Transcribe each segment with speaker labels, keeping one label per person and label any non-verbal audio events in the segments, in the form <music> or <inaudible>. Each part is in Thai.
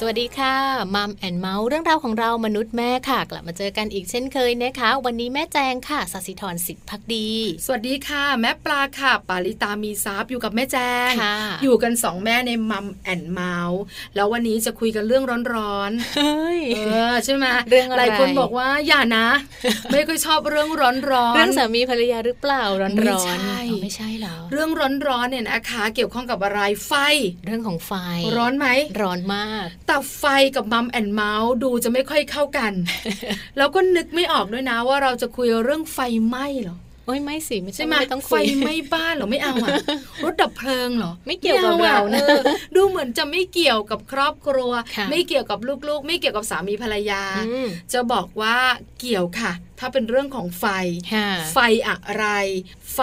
Speaker 1: สวัสดีค่ะมัมแอนเมาส์เรื่องราวของเรามนุษย์แม่ค่ะ กลับมาเจอกันอีกเช่นเคยนะคะ วันนี้แม่แจงค่ะสัสิธรสิทธิพักดี
Speaker 2: สวัสดีค่ะ แม่ปลาค่ะ ปาลิตามีซับอยู่กับแม่แจ้ง
Speaker 1: ค่ะ
Speaker 2: อยู่กันสองแม่ในมัมแอนเมาส์แล้ววันนี้จะคุยกันเรื่องร้อน
Speaker 1: เฮ้ย <laughs>
Speaker 2: ๆ เออใช่ไหม
Speaker 1: เรื่องอะไร
Speaker 2: หลายคนบอกว่าอย่านะ
Speaker 1: <laughs>
Speaker 2: ไม่ค่อยชอบเรื่องร้อนๆ
Speaker 1: เรื่องสามีภรรยาหรือเปล่าร้อน
Speaker 2: ไม่
Speaker 1: ร้อ
Speaker 2: ใช่
Speaker 1: นไม่ใช่เหรอ
Speaker 2: เรื่องร้อนๆเนี่ยนะคะ เกี่ยวข้องกับอะไรไฟ
Speaker 1: เรื่องของไฟ
Speaker 2: ร้อนไหม
Speaker 1: ร้อนมาก
Speaker 2: แต่ไฟกับมัมแอนเมาส์ดูจะไม่ค่อยเข้า
Speaker 1: <laughs>
Speaker 2: กัน แล้วก็นึกไม่ออกด้วยนะว่าเราจะคุยเรื่องไฟไหม้เหรอ
Speaker 1: โอ้ยไม่สิไม่
Speaker 2: ใช่
Speaker 1: ใช่
Speaker 2: ไหม
Speaker 1: ไม่ต้อง
Speaker 2: ไฟ
Speaker 1: คุย
Speaker 2: ไหม้บ้านเหรอไม่เอา
Speaker 1: <laughs>
Speaker 2: อะ รถดับเพลิงเหรอ
Speaker 1: ไม่เกี่ยวกับ
Speaker 2: ไม่อ
Speaker 1: เรานะ
Speaker 2: ออดูเหมือนจะไม่เกี่ยวกับครอบครัว
Speaker 1: ค่ะ
Speaker 2: ไม่เกี่ยวกับลูกๆ ไม่เกี่ยวกับสามีภรรยา
Speaker 1: อืม
Speaker 2: จะบอกว่าเกี่ยวค่ะ ถ้าเป็นเรื่องของไฟ
Speaker 1: ค่ะ
Speaker 2: ไฟอะไร ไฟ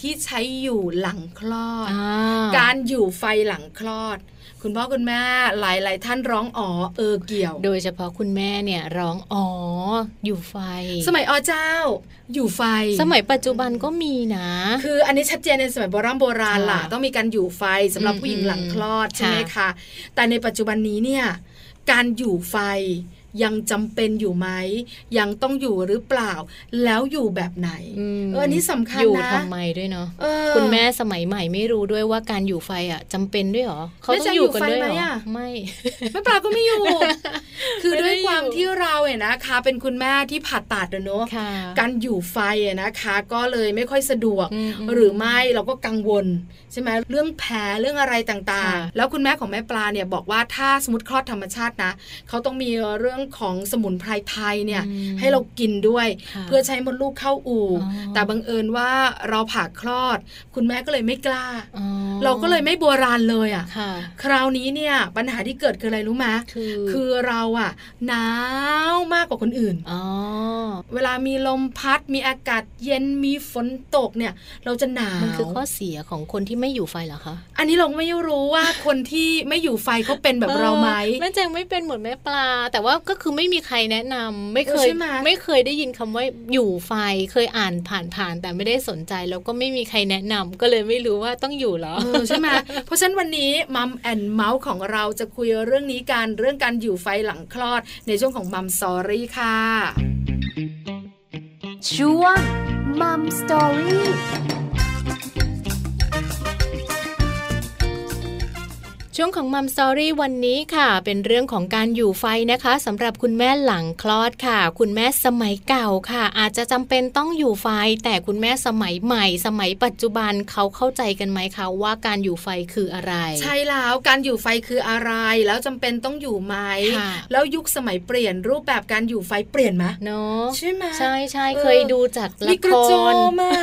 Speaker 2: ที่ใช้อยู่หลังคลอด
Speaker 1: อ่า
Speaker 2: การอยู่ไฟหลังคลอด คุณพ่อคุณแม่หลาย ๆ ท่านร้องอ๋อเออเกี่ยว
Speaker 1: โดยเฉพาะคุณแม่เนี่ยร้องอ๋ออยู่ไฟ
Speaker 2: สมัยอเจ้า อยู่ไฟ
Speaker 1: สมัยปัจจุบันก็มีนะ
Speaker 2: <laughs> คืออันนี้ชัดเจนในสมัยโบราณโบราณล่ะ
Speaker 1: ค่ะ
Speaker 2: ต้องมีการอยู่ไฟสำหรับผู้หญิง
Speaker 1: อืม
Speaker 2: หลังคลอด
Speaker 1: ค่ะ
Speaker 2: ใช่ไหมคะแต่ในปัจจุบันนี้เนี่ยการอยู่ไฟยังจำเป็นอยู่ไหมยังต้องอยู่หรือเปล่า แล้วอยู่แบบไหน
Speaker 1: ม
Speaker 2: เอออันนี้สำคัญ
Speaker 1: อยู่
Speaker 2: นะ
Speaker 1: ทำไมด้วยเนาะ
Speaker 2: เออ
Speaker 1: คุณแม่สมัยใหม่ไม่รู้ด้วยว่าการอยู่ไฟอ่ะจำเป็นด้วยเหรอเขาต้องอยู่กันด้วยเหร
Speaker 2: แม่จะอยู่ไฟไห
Speaker 1: อ
Speaker 2: มอะ
Speaker 1: ไม่
Speaker 2: แม่ปลาก็ไม่อยู่
Speaker 1: <laughs>
Speaker 2: คือ
Speaker 1: ไม่ได้
Speaker 2: ด้วยความ
Speaker 1: อยู่
Speaker 2: ที่เราเนี่ยนะคะ เป็นคุณแม่ที่ผ่าตัดอะเนอะ
Speaker 1: ค่ะ
Speaker 2: การอยู่ไฟอะนะคะ ก็เลยไม่ค่อยสะดวก
Speaker 1: อืม
Speaker 2: หรือไม่เราก็กังวลใช่ไหมเรื่องแผลเรื่องอะไรต่าง
Speaker 1: ค่ะ
Speaker 2: ๆ แล้วคุณแม่ของแม่ปลาเนี่ยบอกว่าถ้าสมมติคลอดธรรมชาตินะเขาต้องมีเรื่องของสมุนไพรไทยเนี่ย
Speaker 1: อืม
Speaker 2: ให้เรากินด้วย
Speaker 1: ค่ะ
Speaker 2: เพื่อใช้มดลูกเข้าอู่
Speaker 1: อ๋อ
Speaker 2: แต่บังเอิญว่าเราผ่าคลอด คุณแม่ก็เลยไม่กล้า
Speaker 1: อ๋อ
Speaker 2: เราก็เลยไม่โบราณเลยอ่ะ
Speaker 1: ค่ะ
Speaker 2: คราวนี้เนี่ยปัญหาที่เกิดคืออะไรรู้ไหม
Speaker 1: คือ
Speaker 2: คือเราอ่ะหนาวมากกว่าคนอื่น
Speaker 1: อ๋อ
Speaker 2: เวลามีลมพัด มีอากาศเย็นมีฝนตกเนี่ย เราจะหนาว
Speaker 1: มันคือข้อเสียของคนที่ไม่อยู่ไฟเหรอคะ
Speaker 2: อันนี้เราไม่รู้ว่า คนที่ไม่อยู่ไฟเขาเป็นแบบเราไหม
Speaker 1: ออแม่แจงไม่เป็นเหมือนแม่ปลา แต่ว่าก็คือไม่มีใครแนะนำไม่เค
Speaker 2: เออย ใช่ไหม
Speaker 1: ไม่เคยได้ยินคำว่าอยู่ไฟเคยอ่านผ่านๆแต่ไม่ได้สนใจแล้วก็ไม่มีใครแนะนำก็เลยไม่รู้ว่าต้องอยู่เหรอ
Speaker 2: เออใช่ไหม เพราะฉะนั้นวันนี้มัมแอนเมาส์ของเราจะคุยเรื่องนี้กันเรื่องการอยู่ไฟหลังคลอดในช่วงของมัมสอรี่ค่ะ
Speaker 3: ช่วงมัมสตอรี่
Speaker 1: ช่วงของมัมสตอรี่วันนี้ค่ะ เป็นเรื่องของการอยู่ไฟนะคะสำหรับคุณแม่หลังคลอดค่ะ คุณแม่สมัยเก่าค่ะ อาจจะจำเป็นต้องอยู่ไฟ แต่คุณแม่สมัยใหม่ สมัยปัจจุบันเขาเข้าใจกันไหมคะว่าการอยู่ไฟคืออะไร
Speaker 2: ใช่แล้วการอยู่ไฟคืออะไรแล้วจำเป็นต้องอยู่ไหม
Speaker 1: ค่ะ
Speaker 2: แล้วยุคสมัยเปลี่ยนรูปแบบการอยู่ไฟเปลี่ยนไหม
Speaker 1: เนาะ
Speaker 2: ใช่ไหม
Speaker 1: ใช่ใช่
Speaker 2: เออ
Speaker 1: เคยดูจาก
Speaker 2: มี
Speaker 1: ละ
Speaker 2: ก
Speaker 1: ค
Speaker 2: ระโจ
Speaker 1: ร
Speaker 2: มอะ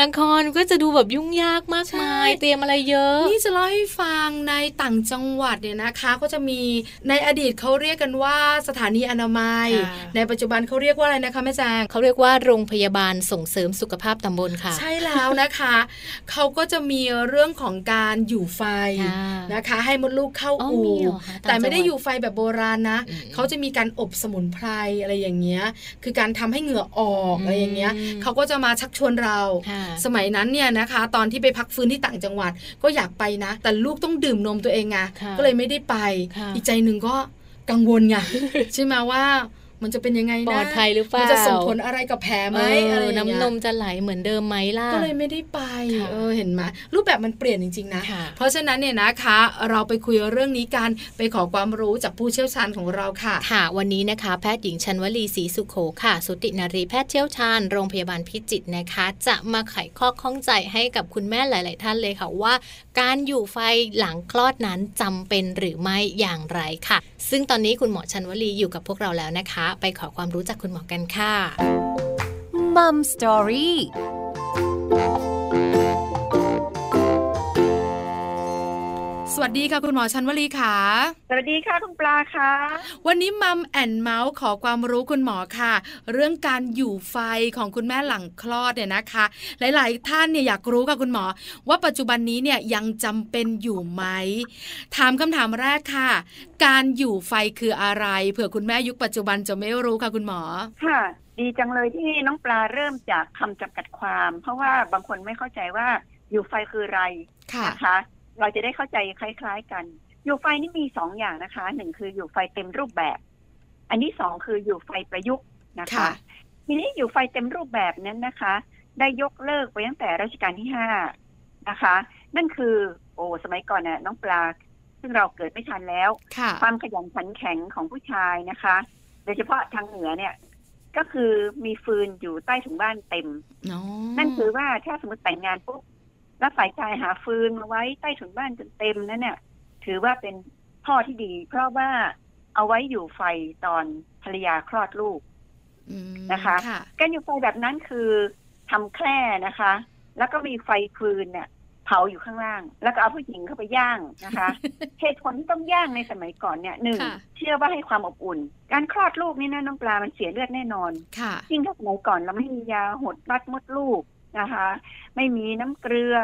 Speaker 1: ละครก็จะดูแบบยุ่งยากมากมาย
Speaker 2: ใช่
Speaker 1: เตรียมอะไรเยอะ
Speaker 2: นี่จะเล่าให้ฟังในต่างจังหวัดเนี่ยนะคะก็จะมีในอดีตเขาเรียกกันว่าสถานีอนามัย
Speaker 1: ค่ะ
Speaker 2: ในปัจจุบันเขาเรียกว่าอะไรนะคะแม่แจง
Speaker 1: เขาเรียกว่าโรงพยาบาลส่งเสริมสุขภาพตำบลค่ะ
Speaker 2: ใช่แล้วนะคะ เขาก็จะมีเรื่องของการอยู่ไฟ
Speaker 1: ค่ะ
Speaker 2: นะคะ ให้มดลูกเข้า
Speaker 1: อ๋อ
Speaker 2: อู่
Speaker 1: มีเหรอคะตาม
Speaker 2: แต่ไม่ได้
Speaker 1: จังหวัด
Speaker 2: อยู่ไฟแบบโบราณนะ
Speaker 1: อืม
Speaker 2: เขาจะมีการอบสมุนไพรอะไรอย่างเงี้ย คือการทำให้เหงื่อออก
Speaker 1: อืม
Speaker 2: อะไรอย่างเงี้ยเขาก็จะมาชักชวนเรา
Speaker 1: ค่ะ
Speaker 2: สมัยนั้นเนี่ยนะคะ ตอนที่ไปพักฟื้นที่ต่างจังหวัดก็อยากไปนะ แต่ลูกต้องดื่มนมตัวเองไง
Speaker 1: ค่ะ
Speaker 2: ก็เลยไม่ได้ไป
Speaker 1: ค่ะ
Speaker 2: อีกใจหนึ่งก็กังว
Speaker 1: <laughs>
Speaker 2: ลไง ใช่ไหมว่ามันจะเป็นยังไง
Speaker 1: ปล
Speaker 2: นะ
Speaker 1: อดภัยหรือเปล่า
Speaker 2: มั
Speaker 1: มั
Speaker 2: จะส่งผลอะไรกับแผลไหมอะไรอย่างเงี้
Speaker 1: น้ำ
Speaker 2: ย
Speaker 1: นมจะไหลเหมือนเดิมไหมล่ะ
Speaker 2: ก็เลยไม่ได้ไป
Speaker 1: ค่ะ
Speaker 2: เออเห็นไหมรูปแบบมันเปลี่ยนจริง ๆ นะ
Speaker 1: ค่ะ
Speaker 2: เพราะฉะนั้นเนี่ยนะคะ เราไปคุยเรื่องนี้กันไปขอความรู้จากผู้เชี่ยวชาญของเราค่ะ
Speaker 1: ค่ะ วันนี้นะคะ แพทย์หญิงชันวลีศรีสุโขค่ะ สุตินารีแพทย์เชี่ยวชาญ โรงพยาบาลพิจิตรนะคะ จะมาไขข้อข้องใจให้กับคุณแม่หลาย ๆ ท่านเลยค่ะว่า การอยู่ไฟหลังคลอดนั้นจำเป็นหรือไม่อย่างไรค่ะ ซึ่งตอนนี้คุณหมอชันวลีอยู่กับพวกเราแล้วนะคะ ไปขอความรู้จากคุณหมอกันค่ะ
Speaker 3: มัมสตอรี่
Speaker 2: ส วัสดีค่ะคุณหมอชันวลีค่ะ
Speaker 4: สวัสดีค่ะคุณปลาค่ะ
Speaker 2: วันนี้มัมแอนเมาส์ขอความรู้คุณหมอค่ะ เรื่องการอยู่ไฟของคุณแม่หลังคลอดเนี่ยนะคะ หลายๆ ท่านเนี่ยอยากรู้ค่ะคุณหมอ ว่าปัจจุบันนี้เนี่ยยังจำเป็นอยู่ไหม ถามคำถามแรกค่ะ การอยู่ไฟคืออะไรเผื่อคุณแม่ยุคปัจจุบันจะไม่รู้ค่ะคุณหมอ
Speaker 4: ค่ะ ดีจังเลยที่น้องปลาเริ่มจากคำจำกัดความ เพราะว่าบางคนไม่เข้าใจว่าอยู่ไฟคืออะไร
Speaker 2: ค่ะ
Speaker 4: นะคะเราจะได้เข้าใจคล้าย ๆ กัน อยู่ไฟนี่มีสองอย่างนะคะหนึ่งคืออยู่ไฟเต็มรูปแบบ อันที่สองคืออยู่ไฟประยุกต์นะคะ
Speaker 2: ค่ะ
Speaker 4: ทีนี้อยู่ไฟเต็มรูปแบบนั้นนะคะ ได้ยกเลิกไปตั้งแต่รัชกาลที่ห้านะคะ นั่นคือโอ้สมัยก่อนน่ะน้องปลา ซึ่งเราเกิดไม่ทันแล้ว
Speaker 2: ค่ะ
Speaker 4: ความขยันขันแข็งของผู้ชายนะคะ โดยเฉพาะทางเหนือเนี่ย ก็คือมีฟืนอยู่ใต้ถุนบ้านเต็ม
Speaker 2: อ๋อ
Speaker 4: นั่นคือว่าถ้าสมมติแต่งงานปุ๊บแล้วฝ่ายชายหาฟืนมาไว้ใต้ถุนบ้านจนเต็มนั่นเนี่ยถือว่าเป็นพ่อที่ดี เพราะว่าเอาไว้อยู่ไฟตอนภรรยาคลอดลูก
Speaker 2: ม
Speaker 4: นะคะ
Speaker 2: ค่ะ
Speaker 4: การอยู่ไฟแบบนั้นคือทำแคร่นะคะ แล้วก็มีไฟฟืนเนี่ยเผาอยู่ข้างล่าง แล้วก็เอาผู้หญิงเข้าไปย่างนะคะ
Speaker 2: <laughs>
Speaker 4: เหตุผลที่ต้องย่างในสมัยก่อนเนี่ยหนึ่ง
Speaker 1: ค่ะ
Speaker 4: เชื่อว่าให้ความอบอุ่น การคลอดลูกนี่นะน้องปลามันเสียเลือดแน่นอน
Speaker 2: ค่ะ
Speaker 4: ยิ่งถ้าสมัยก่อนเราไม่มียาหดรัดมดลูกนะคะ ไม่มีน้ำเกลือ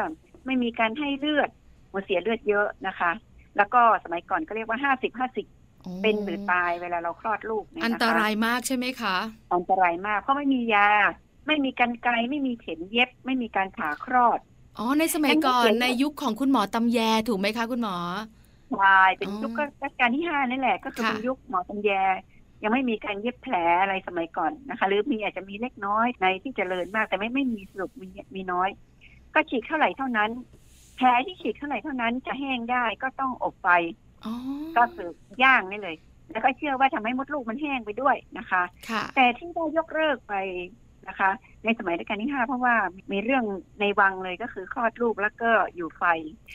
Speaker 4: ไม่มีการให้เลือดมันเสียเลือดเยอะนะคะ แล้วก็สมัยก่อนก็เรียกว่าห้าสิบห้าสิบเป็นหรือตายเวลาเราคลอดลูกเย
Speaker 2: อัน
Speaker 4: นะคะ
Speaker 2: ตรายมากใช่ไหมคะ
Speaker 4: อันตรายมาก เพราะไม่มียา ไม่มีกันไกลไม่มีเข็มเย็บ ไม่มีการผ่าคลอด
Speaker 2: อ๋อ ในสมัยก่อน
Speaker 4: อันนี้เขียน
Speaker 2: ในยุคของคุณหมอตำแยถูกไหมคะคุณหมอ
Speaker 4: ตายเป็น
Speaker 2: อ๋อ
Speaker 4: ยุครัชกาลที่ห้านั่นแหละ ก็คือ
Speaker 2: ค่ะ
Speaker 4: เป็นยุคหมอตำแย ยังไม่มีการเย็บแผลอะไรสมัยก่อนนะคะ หรือมีอาจจะมีเล็กน้อยในที่เจริญมากแต่ไม่ไม่มีสรุปมีมีน้อย ก็ฉีดเท่าไหร่เท่านั้น แผลที่ฉีดเท่าไหร่เท่านั้นจะแห้งได้ก็ต้องอบไฟ
Speaker 2: อ๋อ
Speaker 4: ก็คือย่างนี่เลย แล้วก็เชื่อว่าทำให้มดลูกมันแห้งไปด้วยนะคะ
Speaker 2: ค่ะ
Speaker 4: แต่ที่ได้ยกเลิกไปนะคะ ในสมัยรัชกาลที่ห้าเพราะว่ามีเรื่องในวังเลยก็คือคลอดลูกแล้วก็อยู่ไฟ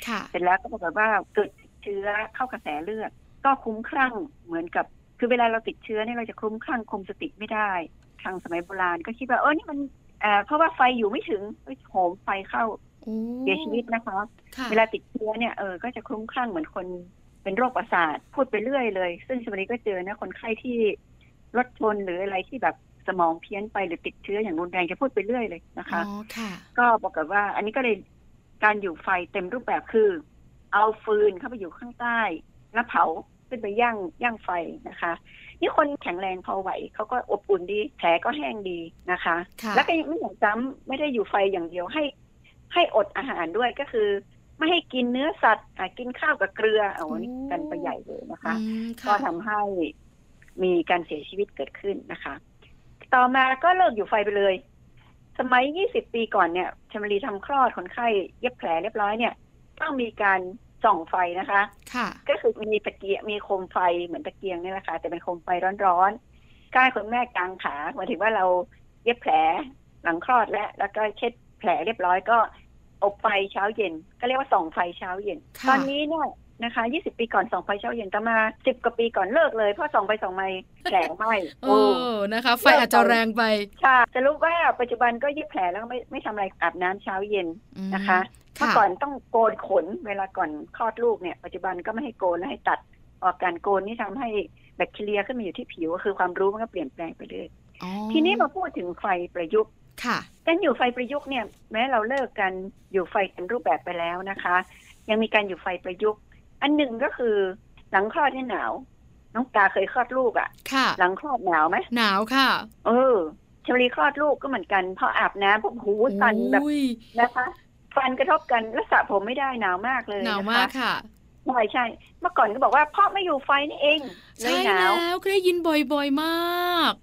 Speaker 2: ค่ะ
Speaker 4: เสร็จแล้วก็ปรากฏว่าเกิดติดเชื้อเข้ากระแสเลือด ก็คลุ้มคลั่งเหมือนกับ คือเวลาเราติดเชื้อเนี่ยเราจะคลุ้มคลั่งคุมสติไม่ได้ ทางสมัยโบราณก็คิดว่าเออนี่มันเอ่อเพราะว่าไฟอยู่ไม่ถึงเอ้ยโหมไฟเข้า
Speaker 2: โอ้
Speaker 4: เสียชีวิตนะคะ
Speaker 2: ค่ะ
Speaker 4: เวลาติดเชื้อเนี่ยเออก็จะคลุ้มคลั่งเหมือนคนเป็นโรคประสาทพูดไปเรื่อยเลย ซึ่งชมรีก็เจอนะคนไข้ที่รถชนหรืออะไรที่แบบสมองเพี้ยนไปหรือติดเชื้ออย่างรุนแรงจะพูดไปเรื่อยเลยนะคะ
Speaker 2: อ๋อ ค่ะ
Speaker 4: ก็บอกกับว่า อันนี้ก็เลยการอยู่ไฟเต็มรูปแบบคือ เอาฟืนเข้าไปอยู่ข้างใต้ แล้วเผาขึ้นไปย่างย่างไฟนะคะ นี่คนแข็งแรงพอไหวเขาก็อบอุ่นดีแผลก็แห้งดีนะคะ
Speaker 2: ค่ะ
Speaker 4: แล้วก็ยังไม่หนำซ้ำไม่ได้อยู่ไฟอย่างเดียวให้ ให้อดอาหารด้วยก็คือ ไม่ให้กินเนื้อสัตว์อ่ะกินข้าวกับเกลือเอาอันนี้
Speaker 2: โอ้
Speaker 4: กันไปใหญ่เลยนะคะ
Speaker 2: อืม
Speaker 4: ก็
Speaker 2: ค่ะ
Speaker 4: ทำให้มีการเสียชีวิตเกิดขึ้นนะคะ ต่อมาก็เลิกอยู่ไฟไปเลย สมัย 20 ปีก่อนเนี่ยชมรีทำคลอดคนไข้เย็บแผลเรียบร้อยเนี่ยต้องมีการส่องไฟนะคะ
Speaker 2: ค่ะ
Speaker 4: ก็คือมีตะเกียงมีโคมไฟเหมือนตะเกียงเนี่ยแหละค่ะแต่เป็นโคมไฟร้อนๆก้ายคนแม่กลางขาหมายถึงว่าเราเย็บแผลหลังคลอดแล้วแล้วก็เช็ดแผลเรียบร้อยก็อบไฟเช้าเย็น ก็เรียกว่าส่องไฟเช้าเย็น
Speaker 2: ค่ะ
Speaker 4: ตอนนี้เนี่ยนะคะ 20 ปีก่อนส่องไฟเช้าเย็นแต่มา 10 กว่าปีก่อนเลิกเลยเพราะส่องไปส่องมาแผลไหม
Speaker 2: เอ
Speaker 4: โอ้
Speaker 2: อ นะคะ ไฟอาจจะแรงไป
Speaker 4: ใช่จะรู้ว่าปัจจุบันก็เย็บแผลแล้วก็ไม่ไม่ทำอะไรอาบน้ำเช้าเย็น
Speaker 2: อืม
Speaker 4: นะคะเมื่อ
Speaker 2: ค่ะ
Speaker 4: ก่อนต้องโกนขนเวลาก่อนคลอดลูกเนี่ยปัจจุบันก็ไม่ให้โกนและให้ตัดออกการโกนนี่ทำให้แบคทีเรียขึ้นมาอยู่ที่ผิวก็คือความรู้มันก็เปลี่ยนแปลงไปเรื่อย
Speaker 2: อ๋อ
Speaker 4: ทีนี้มาพูดถึงไฟประยุกต์
Speaker 2: ค่ะ
Speaker 4: การอยู่ไฟประยุกต์เนี่ยแม้เราเลิกกันอยู่ไฟเต็มรูปแบบไปแล้วนะคะ ยังมีการอยู่ไฟประยุกต์ อันหนึ่งก็คือหลังคลอดเนี่ยหนาว น้องตาเคยคลอดลูกอะ
Speaker 2: ค่ะ
Speaker 4: หลังคลอดหนาวไหม
Speaker 2: หนาวค่ะ
Speaker 4: เออชลีคลอดลูกก็เหมือนกันพออาบน้ำปุ๊บหูสั่นแบบ
Speaker 2: โอ้ย
Speaker 4: นะคะฟันกระทบกันแล้วสระผมไม่ได้หนาวมากเลย
Speaker 2: หนาว
Speaker 4: ะคะ
Speaker 2: มากค่ะ
Speaker 4: ใช่ใช่เมื่อก่อนก็บอกว่าเพราะไม่อยู่ไฟนี่เองเล
Speaker 2: ใช่
Speaker 4: ยห
Speaker 2: แล้
Speaker 4: นาว
Speaker 2: วเคยได้ยินบ่อยๆมาก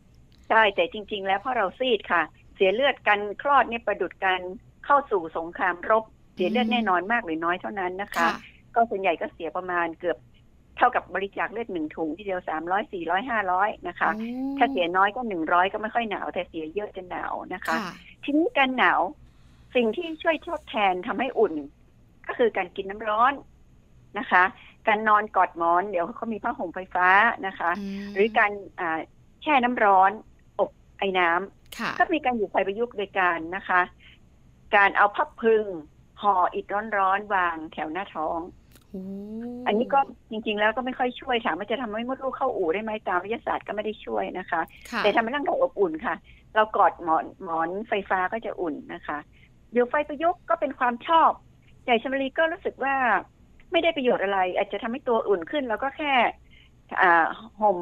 Speaker 4: ใช่แต่จริง ๆ แล้วเพราะเราซีดค่ะ เสียเลือดกันคลอดเนี่ยประดุดกันเข้าสู่สงครามรบ เสียเลือด
Speaker 2: อืม
Speaker 4: แน่นอนมากหรือน้อยเท่านั้นนะคะ
Speaker 2: ค่ะ
Speaker 4: ก็ส่วนใหญ่ก็เสียประมาณเกือบเท่ากับบริจาคเลือดหนึ่งถุงทีเดียวสามร้อยสี่ร้อยห้าร้อยนะคะ
Speaker 2: โอ้
Speaker 4: ถ้าเสียน้อยก็หนึ่งร้อยก็ไม่ค่อยหนาวแต่เสียเยอะจะหนาวนะคะ
Speaker 2: ค่ะ
Speaker 4: ทีนี้การหนาวสิ่งที่ช่วยทดแทนทำให้อุ่น ก็คือการกินน้ำร้อนนะคะ การนอนกอดหมอน เดี๋ยวเขามีผ้าห่มไฟฟ้านะคะ หรือการอ่าแช่น้ำร้อนอบไอ้น้ำ
Speaker 2: ค่ะ
Speaker 4: ก็มีการอยู่ไฟประยุกต์โดยการนะคะ การเอาผ้าพึงห่ออิฐร้อนๆวางแถวหน้าท้อง อันนี้ก็จริง ๆ แล้วก็ไม่ค่อยช่วยถามว่าจะทำให้มดลูกเข้าอู่ได้ไหมตามวิทยาศาสตร์ก็ไม่ได้ช่วยนะคะ
Speaker 2: ค่ะ
Speaker 4: แต่ทำให้ร่างกายอบอุ่นค่ะ เรากอดหมอนหมอนไฟฟ้าก็จะอุ่นนะคะเดี๋ยวไฟประยุกต์ก็เป็นความชอบใหญ่ชมรีก็รู้สึกว่าไม่ได้ประโยชน์อะไร อาจจะทำให้ตัวอุ่นขึ้น แล้วก็แค่อ่าห่ม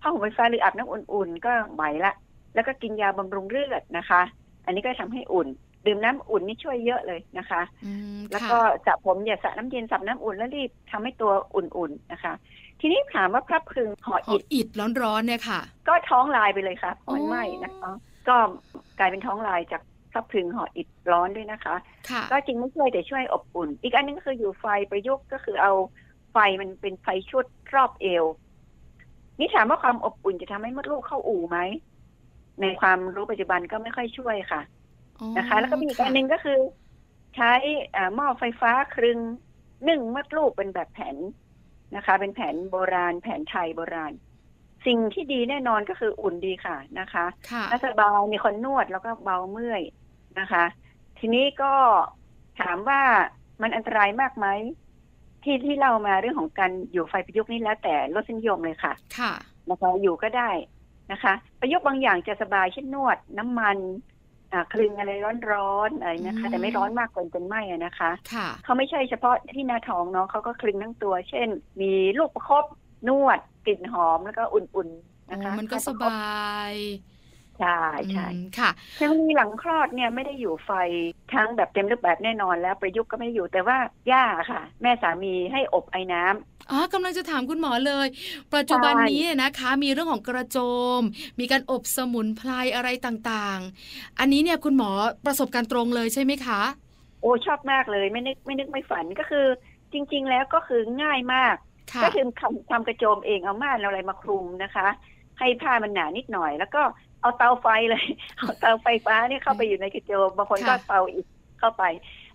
Speaker 4: ผ้าห่มไฟฟ้าหรืออาบน้ำอุ่นๆ ก็ไหวละ แล้วก็กินยาบำรุงเลือดนะคะ อันนี้ก็ทำให้อุ่น ดื่มน้ำอุ่นนี่ช่วยเยอะเลยนะคะ
Speaker 2: อืม
Speaker 4: แล้ว
Speaker 2: ค่ะ
Speaker 4: ก็สระผมอย่าสระน้ำเย็นสระน้ำอุ่นแล้วรีบทำให้ตัวอุ่นๆนะคะ ทีนี้ถามว่าพระพรึงห่อ
Speaker 2: หอ
Speaker 4: อิฐ
Speaker 2: อิดร้อนๆเนี่ยค่ะ
Speaker 4: ก็ท้องลายไปเลยค่ะมันไหม้
Speaker 2: อ๋อ
Speaker 4: นะคะก็กลายเป็นท้องลายจากพระพรึงห่ออิฐร้อนด้วยนะคะ
Speaker 2: ค่ะ
Speaker 4: ก็จริงไม่ช่วยแต่ช่วยอบอุ่น อีกอันหนึงก็คืออยู่ไฟประยุกต์ก็คือเอาไฟมันเป็นไฟชุดรอบเอว นี่ถามว่าความอบอุ่นจะทำให้มดลูกเข้าอู่ไหม ในความรู้ปัจจุบันก็ไม่ค่อยช่วยค่ะ
Speaker 2: อ๋อ
Speaker 4: นะคะ แล้วก็มีอีกอันหนึ่ง
Speaker 2: ค่ะ
Speaker 4: ก็คือ ใช้อ่าหม้อไฟฟ้าครึงนึ่งมดลูกเป็นแบบแผนนะคะ เป็นแผนโบราณ แผนไทยโบราณ สิ่งที่ดีแน่นอนก็คืออุ่นดีค่ะนะคะ
Speaker 2: ค่ะ
Speaker 4: ถ้าสบายมีคนนวดแล้วก็เบาเมื่อยนะคะ ทีนี้ก็ถามว่ามันอันตรายมากไหมที่ที่เรามาเรื่องของการอยู่ไฟประยุกต์นี่แล้วแต่รสนิยมเลยค่ะ
Speaker 2: ค่ะ
Speaker 4: นะคะอยู่ก็ได้นะคะ ประยุกต์บางอย่างจะสบายเช่นนวดน้ำมันอ่าคลึงอะไรร้อนๆอะไรนะคะ แต่ไม่ร้อนมากเกินจนไหม้อะนะคะ
Speaker 2: ค่ะ
Speaker 4: เขาไม่ใช่เฉพาะที่หน้าท้องเนาะเขาก็คลึงทั้งตัว เช่น มีลูกประคบนวดกลิ่นหอมแล้วก็อุ่นๆนะคะ
Speaker 2: โอ้มันก็สบาย
Speaker 4: ใช่ใช่
Speaker 2: อืมค่ะ
Speaker 4: เทคโนโลยีหลังคลอดเนี่ยไม่ได้อยู่ไฟทั้งแบบเต็มรูปแบบแน่นอนแล้วประยุกต์ก็ไม่อยู่แต่ว่าย่าค่ะ แม่สามีให้อบไอ้น้ำ
Speaker 2: อ๋อกำลังจะถามคุณหมอเลย ปัจจุบัน
Speaker 4: ใช่
Speaker 2: นี้นะคะ มีเรื่องของกระโจม มีการอบสมุนไพรอะไรต่างๆ อันนี้เนี่ยคุณหมอประสบการณ์ตรงเลยใช่ไหมคะ
Speaker 4: โอ้ชอบมากเลยไม่นึกไม่นึกไม่ฝันก็คือ จริง ๆ แล้วก็คือง่ายมาก
Speaker 2: ค่ะ
Speaker 4: ก็คือทำทำกระโจมเองเอาม่านเอาอะไรมาคลุมนะคะ ให้ผ้ามันหนานิดหน่อย แล้วก็เอาเตาไฟเลย <laughs> เอาเตาไฟฟ้าเนี่ยเข้าไปอยู่ในกระโจมบางคนก็
Speaker 2: ค่ะ
Speaker 4: เตาอีกเข้าไป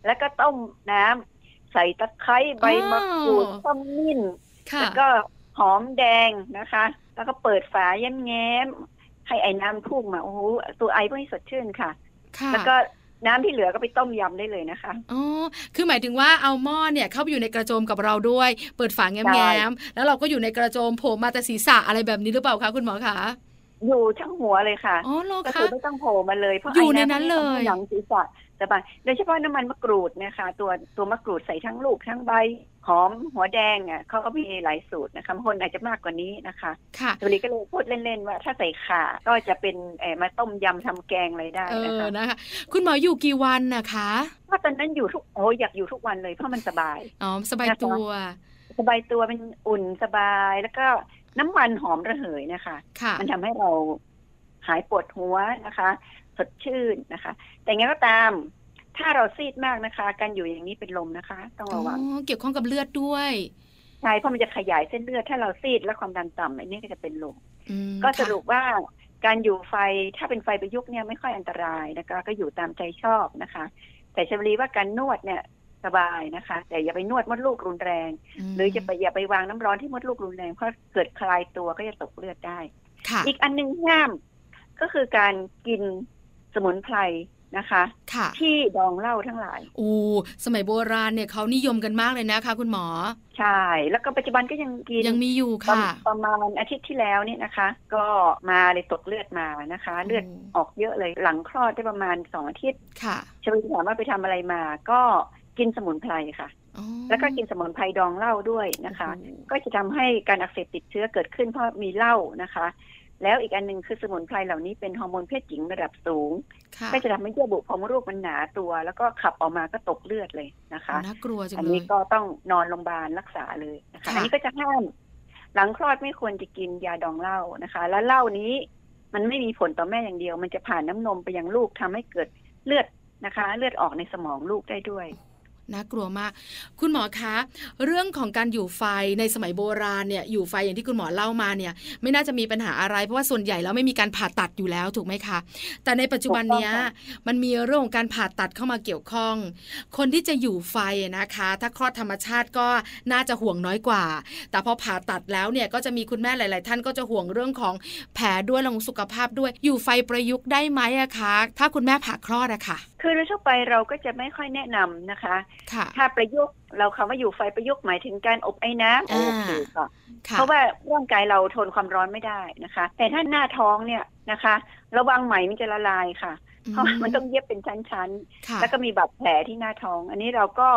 Speaker 4: แล้วก็ต้มน้ำใส่ตะไคร้ใบมะกรูด
Speaker 2: อ้าว
Speaker 4: ต้มมิ้น
Speaker 2: ค่ะ
Speaker 4: แล้วก็หอมแดงนะคะ แล้วก็เปิดฝาแย้มๆให้ไอ้น้ำพุ่งมาโอ้โหตัวไอพวกนี้สดชื่นค่ะ
Speaker 2: ค่ะ
Speaker 4: แล้วก็น้ำที่เหลือก็ไปต้มยำได้เลยนะคะ
Speaker 2: อ๋อคือหมายถึงว่าเอาหม้อเนี่ยเข้าไปอยู่ในกระโจมกับเราด้วย เปิดฝาแง้
Speaker 4: ใช่
Speaker 2: มๆแล้วเราก็อยู่ในกระโจมโผล่มาแต่ศีรษะอะไรแบบนี้หรือเปล่าคะคุณหมอคะ
Speaker 4: อยู่ทั้งหัวเลยค่ะ
Speaker 2: อ๋อเหรอ
Speaker 4: ก็
Speaker 2: คะ
Speaker 4: คือไม่ต้องโผล่มาเลยเพราะ
Speaker 2: อยู่
Speaker 4: ไ
Speaker 2: ในนั้นเลย
Speaker 4: ทำให้หนังศีรษะสบายโดยเฉพาะน้ำมันมะกรูดนะคะ ตัวตัวมะกรูดใส่ทั้งลูกทั้งใบหอมหัวแดงอ่ะเขาก็มีหลายสูตรนะคะบางคนอาจจะมากกว่านี้นะคะ
Speaker 2: ค่ะ
Speaker 4: ตัวนี้ก็เลยพูดเล่นๆว่า ถ้าใส่ข่าก็จะเป็นเออมาต้มยำทำแกงอะไรได้
Speaker 2: เอ
Speaker 4: นะ
Speaker 2: อ
Speaker 4: คะ
Speaker 2: นะคะ คุณหมออยู่กี่วันนะคะ
Speaker 4: เพราะตอนนั้นอยู่ทุกโอ้ยอยากอยู่ทุกวันเลยเพราะมันสบาย
Speaker 2: อ๋อสบาย
Speaker 4: นะคะ
Speaker 2: ตัว
Speaker 4: สบายตัวมันอุ่นสบายแล้วก็น้ำมันหอมระเหยนะคะ
Speaker 2: ค่ะ
Speaker 4: มันทำให้เราหายปวดหัวนะคะ สดชื่นนะคะ แต่ไงก็ตาม ถ้าเราซีดมากนะคะ การอยู่อย่างนี้เป็นลมนะคะ ต้องระวัง
Speaker 2: อ๋อเกี่ยวข้องกับเลือดด้วย
Speaker 4: ใช่เพราะมันจะขยายเส้นเลือดถ้าเราซีดและความดันต่ำอันนี้ก็จะเป็นลม
Speaker 2: อืม
Speaker 4: ก็ส
Speaker 2: ค่ะ
Speaker 4: รุปว่าการอยู่ไฟถ้าเป็นไฟประยุกต์เนี่ยไม่ค่อยอันตรายนะคะ ก็อยู่ตามใจชอบนะคะ แต่ชมรีว่าการนวดเนี่ยสบายนะคะ แต่อย่าไปนวดมดลูกรุนแรง
Speaker 2: ม
Speaker 4: หรือจะไปอย่าไปวางน้ำร้อนที่มดลูกรุนแรงเพราะเกิดคลายตัวก็จะตกเลือดได้
Speaker 2: ค่ะ
Speaker 4: อีกอันหนึ่งห้ามก็คือการกินสมุนไพรนะคะ
Speaker 2: ค่ะ
Speaker 4: ที่ดองเหล้าทั้งหลาย
Speaker 2: อูสมัยโบราณเนี่ยเขานิยมกันมากเลยนะคะ คุณหมอ
Speaker 4: ใช่ แล้วก็ปัจจุบันก็ยังกิน
Speaker 2: ยังมีอยู่
Speaker 4: ประ
Speaker 2: ค่ะ
Speaker 4: มาณประมาณอาทิตย์ที่แล้วเนี่ยนะคะ ก็มาเลยตกเลือดมานะคะ
Speaker 2: อืม
Speaker 4: เลือดออกเยอะเลยหลังคลอดได้ประมาณสองอาทิตย์
Speaker 2: ค่ะ
Speaker 4: ชวินถามว่าไปทำอะไรมา ก็กินสมุนไพรค่ะ
Speaker 2: อ๋อ
Speaker 4: แล้วก็กินสมุนไพรดองเหล้าด้วยนะคะ
Speaker 2: โอ้โห
Speaker 4: ก็จะทำให้การอักเสบติดเชื้อเกิดขึ้นเพราะมีเหล้านะคะ แล้วอีกอันหนึ่งคือสมุนไพรเหล่านี้เป็นฮอร์โมนเพศหญิงระดับสูง
Speaker 2: ค่ะ
Speaker 4: ก็จะทำให้เยื่อบุของมดลูกมันหนาตัว แล้วก็ขับออกมาก็ตกเลือดเลยนะคะ
Speaker 2: น่ากลัวจัง
Speaker 4: อัน
Speaker 2: เล
Speaker 4: นี้
Speaker 2: ย
Speaker 4: ก็ต้องนอนโรงพยาบาลรักษาเลยนะคะ
Speaker 2: ค่ะ
Speaker 4: อันนี้ก็จะห้าม หลังคลอดไม่ควรจะกินยาดองเหล้านะคะ และเหล้านี้มันไม่มีผลต่อแม่อย่างเดียว มันจะผ่านน้ำนมไปยังลูกทำให้เกิดเลือดนะคะ เลือดออกในสมองลูกได้ด้วย
Speaker 2: น่ากลัวมาก คุณหมอคะ เรื่องของการอยู่ไฟในสมัยโบราณเนี่ยอยู่ไฟอย่างที่คุณหมอเล่ามาเนี่ย ไม่น่าจะมีปัญหาอะไร เพราะว่าส่วนใหญ่แล้วไม่มีการผ่าตัดอยู่แล้วถูกไหมคะ แต่ในปัจจุบันเนี้ย
Speaker 4: ถูกต้องค่ะ
Speaker 2: มันมีเรื่องของการผ่าตัดเข้ามาเกี่ยวข้อง คนที่จะอยู่ไฟนะคะ ถ้าคลอดธรรมชาติก็น่าจะห่วงน้อยกว่า แต่พอผ่าตัดแล้วเนี่ยก็จะมีคุณแม่หลาย ๆ ท่านก็จะห่วงเรื่องของแผลด้วยเรื่องของสุขภาพด้วย อยู่ไฟประยุกต์ได้ไหมอะคะ ถ้าคุณแม่ผ่าคลอดอะค่ะ
Speaker 4: คือโดยทั่วไปเราก็จะไม่ค่อยแนะนำนะคะ
Speaker 2: ค่ะ
Speaker 4: ถ้าประยุกต์เราคำว่าอยู่ไฟประยุกต์หมายถึงการอบไอ้น้ำโอ
Speaker 2: อ่า
Speaker 4: เคค่ะ
Speaker 2: ค่ะ
Speaker 4: เพราะว่าร่างกายเราทนความร้อนไม่ได้นะคะ แต่ถ้าหน้าท้องเนี่ยนะคะ ระวังไหมมันจะละลายค่ะ เพราะมันต้องเย็บเป็นชั้น
Speaker 2: ค่ะ
Speaker 4: ๆ แล้วก็มีบาดแผลที่หน้าท้อง อันนี้เราก็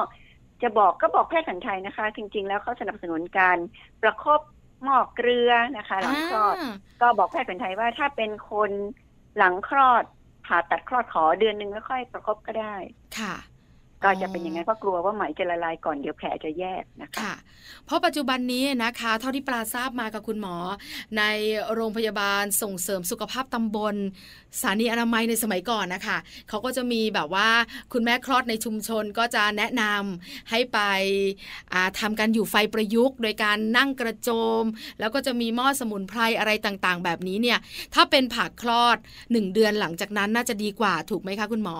Speaker 4: จะบอกก็บอกแพทย์แผนไทยนะคะ จริง ๆ แล้วเขาสนับสนุนการประคบหมอกเกลือนะคะหลังคลอด
Speaker 2: า
Speaker 4: ก็บอกแพทย์แผนไทยว่าถ้าเป็นคนหลังคลอดผ่าตัดคลอดขอเดือนหนึ่งแล้วค่อยประคบก็ได้
Speaker 2: ค่ะ
Speaker 4: ก็จะเป็นอย่างนั้นเพราะกลัวว่าไหมจะละลายก่อนเดี๋ยวแผลจะแยกนะคะ
Speaker 2: ค่ะ เพราะปัจจุบันนี้นะคะ เท่าที่ปลาทราบมากับคุณหมอ ในโรงพยาบาลส่งเสริมสุขภาพตำบลสถานีอนามัยในสมัยก่อนนะคะเขาก็จะมีแบบว่าคุณแม่คลอดในชุมชนก็จะแนะนำให้ไปอ่าทำาการอยู่ไฟประยุกต์ โดยการนั่งกระโจม แล้วก็จะมีหม้อสมุนไพรอะไรต่างๆ แบบนี้เนี่ย ถ้าเป็นผ่าคลอดหนึ่งเดือนหลังจากนั้นน่าจะดีกว่าถูกไหมคะคุณหมอ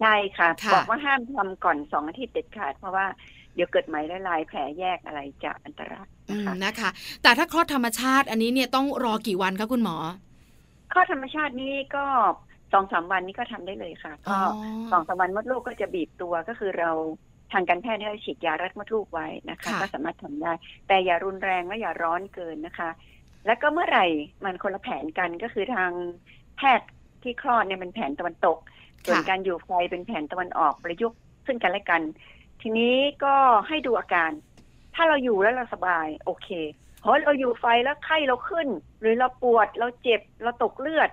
Speaker 4: ใช่ค่ะ
Speaker 2: ค่ะ
Speaker 4: บอกว่าห้ามทำก่อนสองอาทิตย์เด็ดขาด เพราะว่าเดี๋ยวเกิดไหมละลายแผลแยกอะไรจะอันตราย
Speaker 2: อื
Speaker 4: นะ
Speaker 2: ม
Speaker 4: คะ
Speaker 2: นะคะ แต่ถ้าคลอดธรรมชาติอันนี้เนี่ยต้องรอกี่วันคะคุณหมอ
Speaker 4: ข้อธรรมชาตินี่ก็สองสามวันนี่ก็ทำได้เลยค่ะก็สองสามวันมดลูกก็จะบีบตัวก็คือเราทางการแพทย์ได้ฉีดยารัดมดลูกไว้นะคะ
Speaker 2: ค่ะ
Speaker 4: ก็สามารถทำได้ แต่อย่ารุนแรงและอย่าร้อนเกินนะคะ แล้วก็เมื่อไหร่มันคนละแผนกันก็คือทางแพทย์ที่คลอดเนี่ยเป็นแผนตะวันตก ส่วน
Speaker 2: ค่ะ
Speaker 4: การอยู่ไฟเป็นแผนตะวันออกประยุกต์ซึ่งกันและกัน ทีนี้ก็ให้ดูอาการ ถ้าเราอยู่แล้วเราสบาย โอเคเพราะเราอยู่ไฟแล้วไข้เราขึ้น หรือเราปวดเราเจ็บเราตกเลือด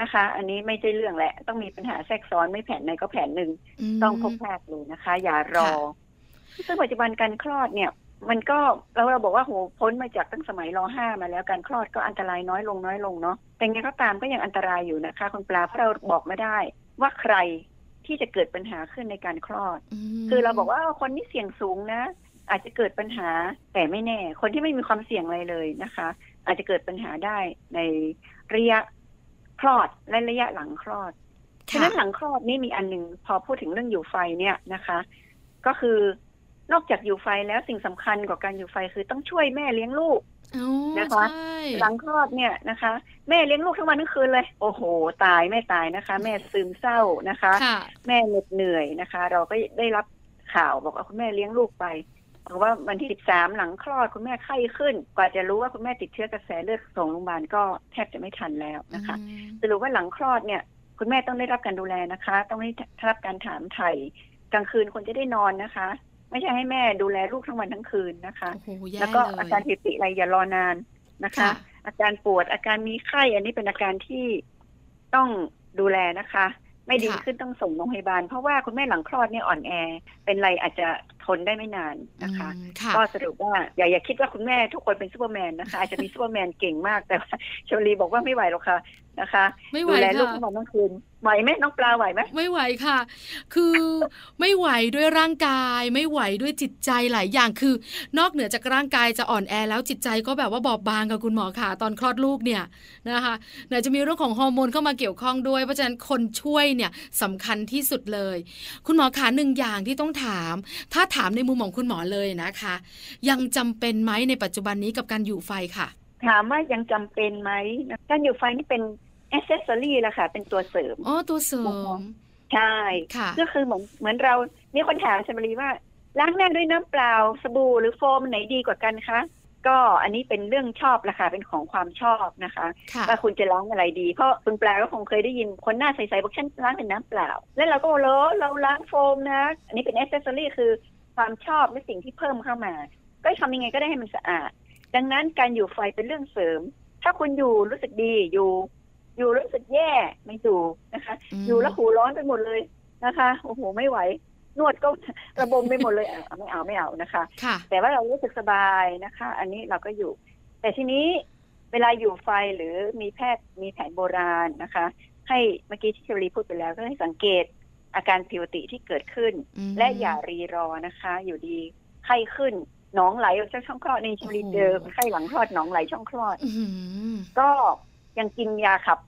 Speaker 4: นะคะ อันนี้ไม่ใช่เรื่องแหละ ต้องมีปัญหาแทรกซ้อนไม่แผนไหนก็แผนหนึ่ง
Speaker 2: ม
Speaker 4: ต้องพบแพทย์เลยนะคะ อย่ารอ
Speaker 2: ค่ะ
Speaker 4: ซึ่งปัจจุบันการคลอดเนี่ย มันก็เราเราบอกว่าโหพ้นมาจากตั้งสมัยรห้ามาแล้วการคลอดก็อันตรายน้อยลงน้อยลงเนาะแต่ยังไงก็ตามก็ยังอันตรายอยู่นะคะคุณปลาเพราะเราบอกไม่ได้ ว่าใครที่จะเกิดปัญหาขึ้นในการคลอด
Speaker 2: ม
Speaker 4: คือเราบอกว่าคนที่เสี่ยงสูงนะ อาจจะเกิดปัญหาแต่ไม่แน่ คนที่ไม่มีความเสี่ยงอะไรเลยนะคะ อาจจะเกิดปัญหาได้ในระยะคลอดและระยะหลังคลอด ฉะ
Speaker 2: ค่ะ
Speaker 4: นั้นหลังคลอดนี่มีอันหนึ่งพอพูดถึงเรื่องอยู่ไฟเนี่ยนะคะ ก็คือนอกจากอยู่ไฟแล้วสิ่งสำคัญกว่าการอยู่ไฟคือต้องช่วยแม่เลี้ยงลูก
Speaker 2: เอ้า
Speaker 4: นะคะ
Speaker 2: ใช่
Speaker 4: หลังคลอดเนี่ยนะคะ แม่เลี้ยงลูกทั้งวันทั้งคืนเลย โอ้โห ตายแม่ตายนะคะ แม่ซึมเศร้านะคะ
Speaker 2: ค่ะ
Speaker 4: แม่เหน็ดเหนื่อยนะคะ เราก็ได้รับข่าวบอกว่าคุณแม่เลี้ยงลูกไปบอกว่าวันที่ 13 หลังคลอดคุณแม่ไข้ขึ้น กว่าจะรู้ว่าคุณแม่ติดเชื้อกระแสเลือดส่งโรงพยาบาลก็แทบจะไม่ทันแล้วนะคะ สรุปว่าหลังคลอดเนี่ย คุณแม่ต้องได้รับการดูแลนะคะ ต้องได้รับการถามไถ่กลางคืนควรจะได้นอนนะคะ ไม่ใช่ให้แม่ดูแลลูกทั้งวันทั้งคืนนะคะ
Speaker 2: โอ้โหแย่
Speaker 4: แล้วก็
Speaker 2: เย
Speaker 4: อาการผิดปกติอะไรอย่ารอนานนะคะ
Speaker 2: ค่ะ
Speaker 4: อาการปวดอาการมีไข้อันนี้เป็นอาการที่ต้องดูแลนะคะ ไม่ดี
Speaker 2: ค่ะ
Speaker 4: ขึ้นต้องส่งโรงพยาบาล เพราะว่าคุณแม่หลังคลอดเนี่ยอ่อนแอ เป็นไรอาจจะทนได้ไม่นานนะคะ
Speaker 2: อืมค่ะ
Speaker 4: ก็สรุปว่าอย่าอย่าคิดว่าคุณแม่ทุกคนเป็นซูเปอร์แมนนะคะอาจจะมีซูเปอร์แมนเก่งมากแต่ว่าเชลีบอกว่าไม่ไหวหรอกค่ะนะคะ
Speaker 2: ไม่ไหว
Speaker 4: ดูแลลูก
Speaker 2: ค่ะ
Speaker 4: ทั้งวันทั้งคืนไหวไหมน้องปลาไหวไหม
Speaker 2: ไม่ไหวค่ะ คือไม่ไหวด้วยร่างกาย ไม่ไหวด้วยจิตใจหลายอย่างคือ นอกเหนือจากร่างกายจะอ่อนแอแล้วจิตใจก็แบบว่าบอบบางกับคุณหมอค่ะ ตอนคลอดลูกเนี่ยนะคะไหนจะมีเรื่องของฮอร์โมนเข้ามาเกี่ยวข้องด้วยเพราะฉะนั้นคนช่วยเนี่ยสำคัญที่สุดเลย คุณหมอขาหนึ่งอย่างที่ต้องถาม ถ้าถามในมุมของคุณหมอเลยนะคะ ยังจำเป็นไหมในปัจจุบันนี้กับการอยู่ไฟค่ะ
Speaker 4: ถามว่ายังจำเป็นไหมการอยู่ไฟนี่เป็นแอสเซสซอรี่ละค่ะ เป็นตัวเสริม
Speaker 2: อ๋อตัวเสริม
Speaker 4: ใช่
Speaker 2: ค่ะ
Speaker 4: ก็คือเหมือนเหมือนเรา มีคนถามชมรีว่า ล้างหน้าด้วยน้ำเปล่าสบู่หรือโฟมไหนดีกว่ากันคะ ก็อันนี้เป็นเรื่องชอบละค่ะ เป็นของความชอบนะคะ
Speaker 2: ค่ะ
Speaker 4: ว่าคุณจะล้างอะไรดีเพราะคุณปลาก็คงเคยได้ยินคนหน้าใสๆบอกฉันล้างเป็นน้ำเปล่า แล้วเราก็บอกเหรอเราล้างโฟมนะ อันนี้เป็นแอสเซสซอรี่คือความชอบและสิ่งที่เพิ่มเข้ามา ก็ทำยังไงก็ได้ให้มันสะอาด ดังนั้นการอยู่ไฟเป็นเรื่องเสริม ถ้าคุณอยู่รู้สึกดีอยู่ อยู่รู้สึกแย่ไม่อยู่นะคะ อยู่แล้วหูร้อนไปหมดเลยนะคะโอ้โหไม่ไหว นวดก็ ระบมไปหมดเลยอ่ะไม่เอาไม่เอานะคะ
Speaker 2: ค่ะ
Speaker 4: แต่ว่าเรารู้สึกสบายนะคะ อันนี้เราก็อยู่ แต่ทีนี้เวลาอยู่ไฟหรือมีแพทย์มีแผนโบราณนะคะ ให้เมื่อกี้ที่เชอรีพูดไปแล้วก็ให้สังเกตอาการผิวติที่เกิดขึ้น
Speaker 2: อืม
Speaker 4: และอย่ารีรอนะคะ อยู่ดีไข้ขึ้นหนองไหลออกจากช่องคลอดในเชอรีเจอ
Speaker 2: โอ้โห
Speaker 4: ไข้หลังคลอดหนองไหลช่องคลอด
Speaker 2: อื้อหือ
Speaker 4: ก็ยังกินยาขับ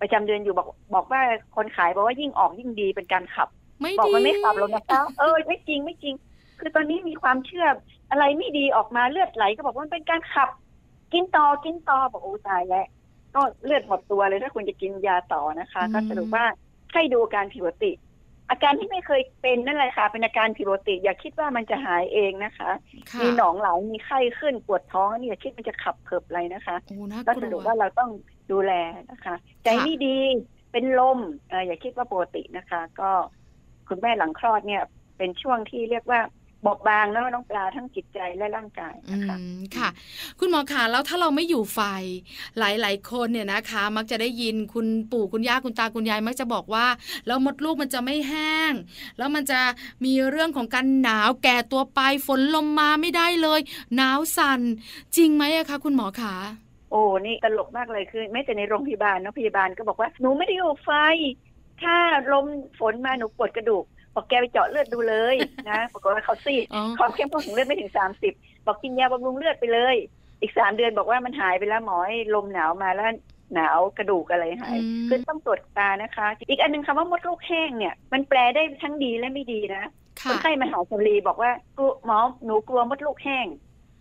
Speaker 4: ประจำเดือนอยู่บอกบอกว่าคนขายบอกว่ายิ่งออกยิ่งดีเป็นการขับ
Speaker 2: ไม่
Speaker 4: บอก
Speaker 2: ดี
Speaker 4: มันไม่ขับแล้วนะคะเออไม่จริงไม่จริง คือตอนนี้มีความเชื่ออะไรไม่ดีออกมาเลือดไหลก็บอกว่ามันเป็นการขับ กินต่อกินต่อบอกโอ้ตายแล้วก็เลือดหมดตัวเลยถ้าคุณจะกินยาต่อนะคะ ก็สรุปว่าให้ดูอาการผิวปกติ อาการที่ไม่เคยเป็นนั่นแหละค่ะ เป็นอาการผิดปกติ อย่าคิดว่ามันจะหายเองนะคะ
Speaker 2: ค่ะ
Speaker 4: มีหนองไหลมีไข้ขึ้นปวดท้องอันนี้อย่าคิดมันจะขับเขิบอะไรนะคะ
Speaker 2: โอ้น่า
Speaker 4: ก็
Speaker 2: ก
Speaker 4: ส
Speaker 2: ลั
Speaker 4: รุ
Speaker 2: ว
Speaker 4: ปว่าเราต้องดูแลนะคะ ใจไม่ดีเป็นลมเอ่ออย่าคิดว่าปกตินะคะ ก็คุณแม่หลังคลอดเนี่ย เป็นช่วงที่เรียกว่าบอบบางแล้วน้องปลาทั้งจิตใจและร่างกาย
Speaker 2: อื
Speaker 4: นะคะ
Speaker 2: มค่ะ คุณหมอขาแล้วถ้าเราไม่อยู่ไฟ หลาย ๆ คนเนี่ยนะคะ มักจะได้ยินคุณปู่คุณย่าคุณตาคุณยาย มักจะบอกว่า แล้วมดลูกมันจะไม่แห้ง แล้วมันจะมีเรื่องของการหนาวแก่ตัวไปฝนลมมาไม่ได้เลยหนาวสัน่นจริงไหมอะคะคุณหมอขา
Speaker 4: โอ้นี่ตลกมากเลยคือแม้แต่ในโรงพยาบาลเนอะพยาบาลก็บอกว่าหนูไม่ได้อยู่ไฟ ถ้าลมฝนมาหนูปวดกระดูกบอกแกไปเจาะเลือดดูเลยนะปรากฏว่าเขาซีด
Speaker 2: อ๋อ
Speaker 4: ความเข้มข้นของเลือดไม่ถึงสามสิบบอกกินยาบำรุงเลือดไปเลย อีกสามเดือนบอกว่ามันหายไปแล้วหมอไอ้ลมหนาวมาแล้วหนาวกระดูกอะไรหาย
Speaker 2: อืม
Speaker 4: คือต้องตรวจตานะคะ อีกอันหนึงคำว่ามดลูกแห้งเนี่ย มันแปลได้ทั้งดีและไม่ดีนะค
Speaker 2: ค่ะ
Speaker 4: นไข้มาหาสรีบอกว่ากลัวหมอหนูกลัวมดลูกแห้ง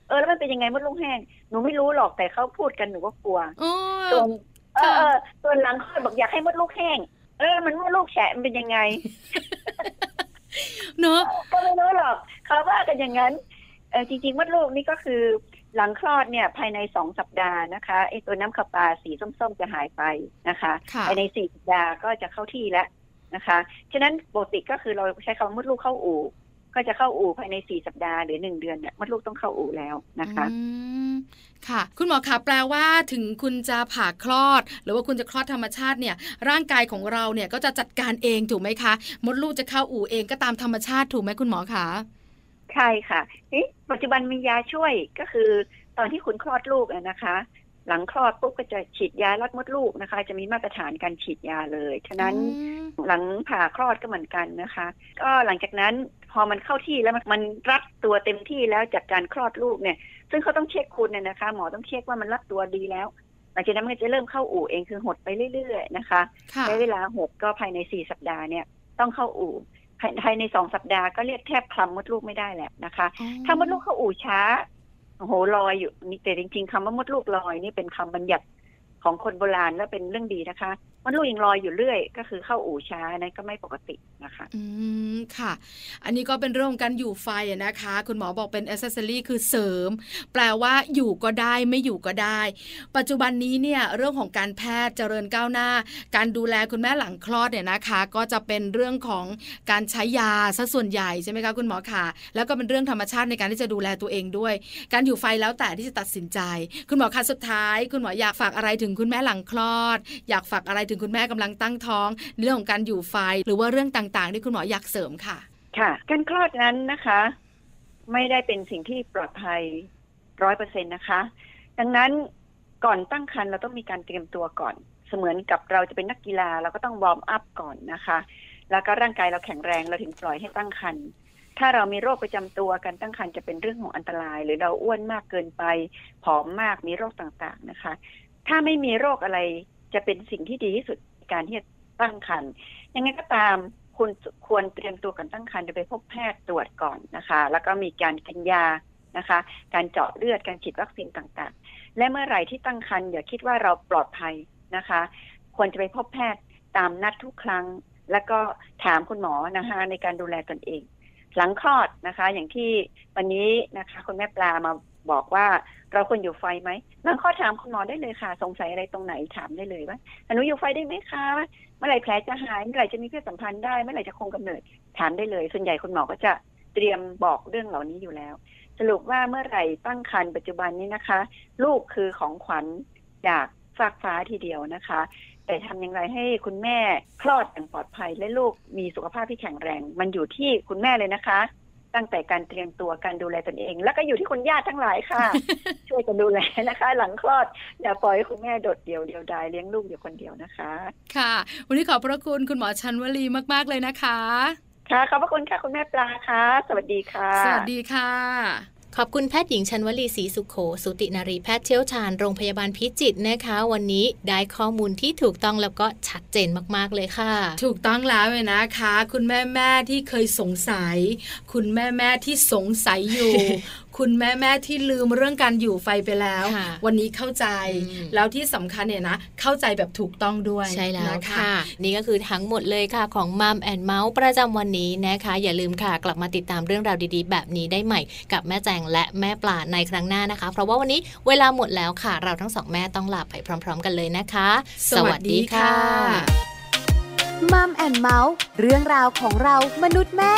Speaker 4: เออแล้วมันเป็นยังไงมดลูกแห้งหนูไม่รู้หรอกแต่เขาพูดกันหนูก็กลัว
Speaker 2: โอ้ย
Speaker 4: ส่วนเออ
Speaker 2: ค่ะ
Speaker 4: เออส่วนหลังคลอดบอกอยากให้มดลูกแห้ง เออมันมดลูกแฉะมันเป็นยังไง
Speaker 2: เนอะ
Speaker 4: ก็ไม่รู้หรอกเขาว่ากันอย่างนั้นเออจริงๆมดลูกนี่ก็คือหลังคลอดเนี่ยภายในสองสัปดาห์นะคะไอตัวน้ำขาวปลาสีส้มๆจะหายไปนะคะ
Speaker 2: ค่ะ
Speaker 4: ภายในสี่สัปดาห์ก็จะเข้าที่แล้วนะคะฉะนั้นปกติก็คือเราใช้คำว่ามดลูกเข้าอู่ ก็จะเข้าอู่ภายในสี่สัปดาห์หรือหนึ่งเดือนเนี่ยมดลูกต้องเข้าอู่แล้วนะคะ
Speaker 2: อืมค่ะ คุณหมอขาแปลว่าถึงคุณจะผ่าคลอด หรือว่าคุณจะคลอดธรรมชาติเนี่ย ร่างกายของเราเนี่ยก็จะจัดการเองถูกไหมคะ มดลูกจะเข้าอู่เองก็ตามธรรมชาติถูกไหมคุณหมอขา
Speaker 4: ใช่ค่ะเอ๊ะปัจจุบันมียาช่วยก็คือตอนที่คุณคลอดลูกอะนะคะ หลังคลอดปุ๊บก็จะฉีดยาลดมดลูกนะคะ จะมีมาตรฐานการฉีดยาเลยฉะนั้น
Speaker 2: อืม
Speaker 4: หลังผ่าคลอดก็เหมือนกันนะคะ ก็หลังจากนั้นพอมันเข้าที่แล้วมันมันรัดตัวเต็มที่แล้วจัดการคลอดลูกเนี่ย ซึ่งเขาต้องเช็คคุณเนี่ยนะคะ หมอต้องเช็คว่ามันรัดตัวดีแล้ว หลังจากนั้นมันก็จะเริ่มเข้าอู่เองคือหดไปเรื่อยๆนะคะ
Speaker 2: ค่ะ
Speaker 4: ใช้เวลาหดก็ภายในสี่สัปดาห์เนี่ยต้องเข้าอู่ภายภายในสองสัปดาห์ก็เรียกแทบคลำมดลูกไม่ได้แหละนะคะ ถ้ามดลูกเข้าอู่ช้าโอ้โหลอยอยู่นี่แต่จริงๆคำว่ามดลูกลอยนี่เป็นคำบัญญัติของคนโบราณและเป็นเรื่องดีนะคะมดลูกยังลอยอยู่เรื่อย ก็คือเข้าอู่ช้านั่นก็ไม่ปกตินะคะ
Speaker 2: อืมค่ะ อันนี้ก็เป็นเรื่องของการอยู่ไฟอะนะคะ คุณหมอบอกเป็นอ c เซสซอรี่คือเสริม แปลว่าอยู่ก็ได้ไม่อยู่ก็ได้ ปัจจุบันนี้เนี่ยเรื่องของการแพทย์เจริญก้าวหน้า การดูแลคุณแม่หลังคลอดเนี่ยนะคะ ก็จะเป็นเรื่องของการใช้ยาซะส่วนใหญ่ใช่ไหมคะคุณหมอค่ะ แล้วก็เป็นเรื่องธรรมชาติในการที่จะดูแลตัวเองด้วย การอยู่ไฟแล้วแต่ที่จะตัดสินใจ คุณหมอคะสุดท้าย คุณหมออยากฝากอะไรถึงคุณแม่หลังคลอด อยากฝากอะไรถึงคุณแม่กำลังตั้งท้องเรื่องของการอยู่ไฟหรือว่าเรื่องต่างๆ ที่คุณหมออยากเสริมค่ะ
Speaker 4: ค่ะ การคลอดนั้นนะคะ ไม่ได้เป็นสิ่งที่ปลอดภัยร้อยเปอร์เซ็นนะคะ ดังนั้นก่อนตั้งครรภ์เราต้องมีการเตรียมตัวก่อน เสมือนกับเราจะเป็นนักกีฬาเราก็ต้องวอร์มอัพก่อนนะคะ แล้วก็ร่างกายเราแข็งแรงเราถึงปล่อยให้ตั้งครรภ์ถ้าเรามีโรคประจำตัวการตั้งครรภ์จะเป็นเรื่องของอันตราย หรือเราอ้วนมากเกินไปผอมมากมีโรคต่างๆนะคะ ถ้าไม่มีโรคอะไรจะเป็นสิ่งที่ดีที่สุดในการที่จะตั้งครรภ์ ยังไงก็ตามคุณควรเตรียมตัวกันตั้งครรภ์โดยไปพบแพทย์ตรวจก่อนนะคะ แล้วก็มีการกินยานะคะ การเจาะเลือดการฉีดวัคซีนต่างๆ และเมื่อไหร่ที่ตั้งครรภ์อย่าคิดว่าเราปลอดภัยนะคะ ควรจะไปพบแพทย์ตามนัดทุกครั้ง แล้วก็ถามคุณหมอนะคะในการดูแลตนเอง หลังคลอดนะคะ อย่างที่วันนี้นะคะคุณแม่ปลามาบอกว่าเราควรอยู่ไฟไหมหลังคลอดถามคุณหมอได้เลยค่ะ สงสัยอะไรตรงไหนถามได้เลยว่าหนูอยู่ไฟได้ไหมคะ เมื่อไหร่แผลจะหาย เมื่อไหร่จะมีเพศสัมพันธ์ได้ เมื่อไหร่จะคงกำเนิด ถามได้เลย ส่วนใหญ่คุณหมอก็จะเตรียมบอกเรื่องเหล่านี้อยู่แล้ว สรุปว่าเมื่อไหร่ตั้งครรภ์ปัจจุบันนี้นะคะ ลูกคือของขวัญจากฟากฟ้าทีเดียวนะคะ แต่ทำอย่างไรให้คุณแม่คลอดอย่างปลอดภัย และลูกมีสุขภาพที่แข็งแรง มันอยู่ที่คุณแม่เลยนะคะ ตั้งแต่การเตรียมตัวการดูแลตนเอง แล้วก็อยู่ที่คุณญาติทั้งหลายค่ะ ช่วยกันดูแลนะคะ หลังคลอดอย่าปล่อยให้คุณแม่โดดเดี่ยวเดียวดายเลี้ยงลูกอยู่คนเดียวนะคะ
Speaker 2: ค่ะ วันนี้ขอบพระคุณคุณหมอชันวลีมากๆเลยนะคะ
Speaker 4: ค่ะ ขอบพระคุณค่ะ คุณแม่ปลาค่ะ สวัสดีค่ะ
Speaker 2: สวัสดีค่ะ
Speaker 1: ขอบคุณแพทย์หญิงชันวลีศรีสุขโข สุตินารีแพทย์เชี่ยวชาญโรงพยาบาลพิจิตรนะคะ วันนี้ได้ข้อมูลที่ถูกต้องแล้วก็ชัดเจนมากๆเลยค่ะ
Speaker 2: ถูกต้องแล้วเลยนะคะ
Speaker 1: <laughs>
Speaker 2: คุณแม่แม่ที่เคยสงสัย คุณแม่แม่ที่สงสัยอยู่ คุณแม่แม่ๆที่ลืมเรื่องการอยู่ไฟไปแล้ว
Speaker 1: ค่ะ
Speaker 2: วันนี้เข้าใจ
Speaker 1: อืม
Speaker 2: แล้วที่สำคัญเนี่ยนะ เข้าใจแบบถูกต้องด้วย
Speaker 1: ใช่แล้ว
Speaker 2: น
Speaker 1: ค่ะ นี่ก็คือทั้งหมดเลยค่ะของมัมแอนเมาส์ประจำวันนี้นะคะ อย่าลืมค่ะ กลับมาติดตามเรื่องราวดีๆ แบบนี้ได้ใหม่ กับแม่แจงและแม่ปลาในครั้งหน้านะคะ เพราะว่าวันนี้เวลาหมดแล้วค่ะ เราทั้งสองแม่ต้องลาไปพร้อม ๆ กันเลยนะคะ
Speaker 2: สวัสดีค่ะ
Speaker 3: มัมแอนเมาส์เรื่องราวของเรามนุษย์แม่